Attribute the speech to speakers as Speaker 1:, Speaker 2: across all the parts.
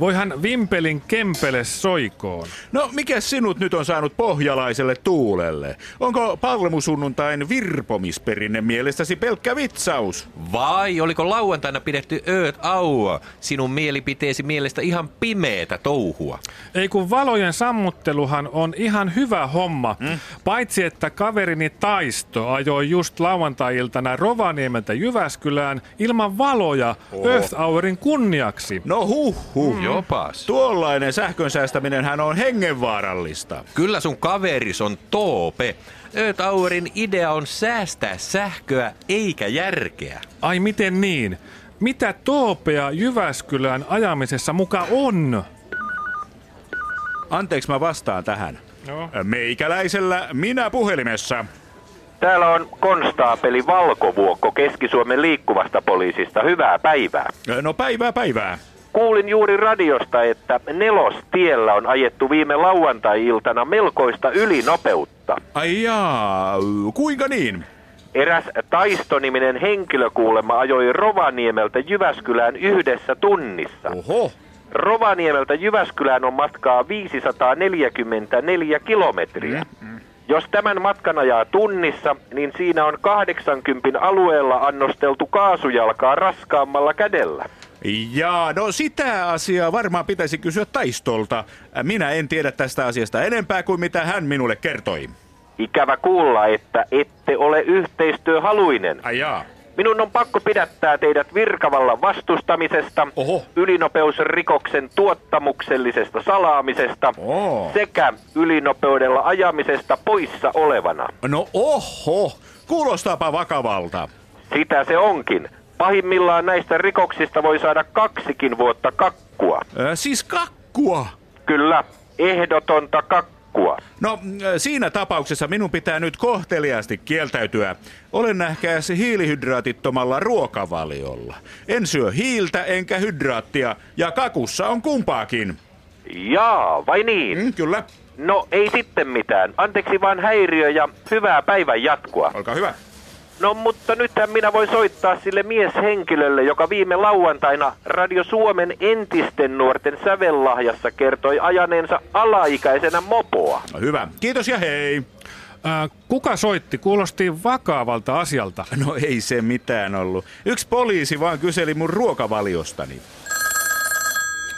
Speaker 1: Voihan vimpelin kempele soikoon.
Speaker 2: No, mikä sinut nyt on saanut pohjalaiselle tuulelle? Onko palmusunnuntain virpomisperinne mielestäsi pelkkä vitsaus?
Speaker 3: Vai oliko lauantaina pidetty ööt aua sinun mielipiteesi mielestä ihan pimeetä touhua?
Speaker 1: Ei kun valojen sammutteluhan on ihan hyvä homma. Mm. Paitsi että kaverini Taisto ajoi just lauantai-iltana Rovaniemeltä Jyväskylään ilman valoja oh. Earth Hourin kunniaksi.
Speaker 2: No huh
Speaker 3: Mm.
Speaker 2: huh.
Speaker 3: Jopas.
Speaker 2: Tuollainen sähkön säästäminenhän on hengenvaarallista.
Speaker 3: Kyllä sun kaveris on toope. Ötauerin idea on säästää sähköä eikä järkeä.
Speaker 1: Ai miten niin? Mitä toopea Jyväskylään ajamisessa muka on?
Speaker 2: Anteeksi, mä vastaan tähän.
Speaker 1: No.
Speaker 2: Meikäläisellä minä puhelimessa.
Speaker 4: Täällä on konstaapeli Valkovuokko Keski-Suomen liikkuvasta poliisista. Hyvää päivää.
Speaker 2: No päivää päivää.
Speaker 4: Kuulin juuri radiosta, että nelostiellä on ajettu viime lauantai-iltana melkoista ylinopeutta.
Speaker 2: Ai jaa, kuinka niin?
Speaker 4: Eräs taistoniminen henkilö kuulemma ajoi Rovaniemeltä Jyväskylään yhdessä tunnissa.
Speaker 2: Oho.
Speaker 4: Rovaniemeltä Jyväskylään on matkaa 544 kilometriä.
Speaker 2: Mm.
Speaker 4: Jos tämän matkan ajaa tunnissa, niin siinä on 80 alueella annosteltu kaasujalkaa raskaammalla kädellä.
Speaker 2: Jaa, no sitä asiaa varmaan pitäisi kysyä Taistolta. Minä en tiedä tästä asiasta enempää kuin mitä hän minulle kertoi.
Speaker 4: Ikävä kuulla, että ette ole yhteistyöhaluinen.
Speaker 2: Ai jaa.
Speaker 4: Minun on pakko pidättää teidät virkavallan vastustamisesta,
Speaker 2: Oho.
Speaker 4: ylinopeusrikoksen tuottamuksellisesta salaamisesta
Speaker 2: Oo.
Speaker 4: sekä ylinopeudella ajamisesta poissa olevana.
Speaker 2: No oho, kuulostaapa vakavalta.
Speaker 4: Sitä se onkin. Pahimmillaan näistä rikoksista voi saada kaksikin vuotta kakkua.
Speaker 2: Ö, siis kakkua.
Speaker 4: Kyllä, ehdotonta kakkua.
Speaker 2: No, ö, siinä tapauksessa minun pitää nyt kohteliaasti kieltäytyä. Olen nähkääs hiilihydraatittomalla ruokavaliolla. En syö hiiltä enkä hydraattia, ja kakussa on kumpaakin.
Speaker 4: Jaa, vai niin?
Speaker 2: Mm, kyllä,
Speaker 4: No ei sitten mitään. Anteeksi vaan häiriö ja hyvää päivän jatkoa.
Speaker 2: olkaa hyvä.
Speaker 4: No mutta nythän minä voin soittaa sille mieshenkilölle, joka viime lauantaina Radio Suomen entisten nuorten sävellahjassa kertoi ajaneensa alaikäisenä mopoa.
Speaker 2: Hyvä, kiitos ja hei.
Speaker 1: Äh, kuka soitti? Kuulosti vakavalta asialta.
Speaker 2: No ei se mitään ollut. Yksi poliisi vaan kyseli mun ruokavaliostani.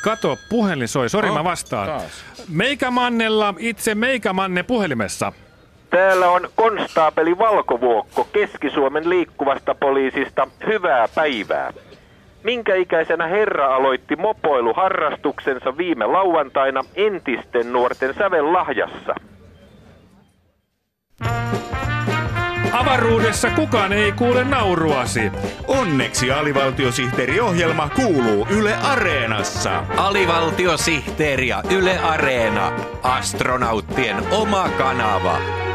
Speaker 1: Kato, puhelin soi. Sori,
Speaker 2: Oh,
Speaker 1: mä vastaan.
Speaker 2: taas.
Speaker 1: Meikämannella itse Meikämanne puhelimessa.
Speaker 4: Täällä on konstaapeli Valkovuokko Keski-Suomen liikkuvasta poliisista. Hyvää päivää. Minkä ikäisenä herra aloitti mopoiluharrastuksensa viime lauantaina entisten nuorten sävellahjassa?
Speaker 1: Avaruudessa kukaan ei kuule nauruasi.
Speaker 2: Onneksi alivaltiosihteeriohjelma kuuluu Yle Areenassa.
Speaker 3: Alivaltiosihteeri ja Yle Areena. Astronauttien oma kanava.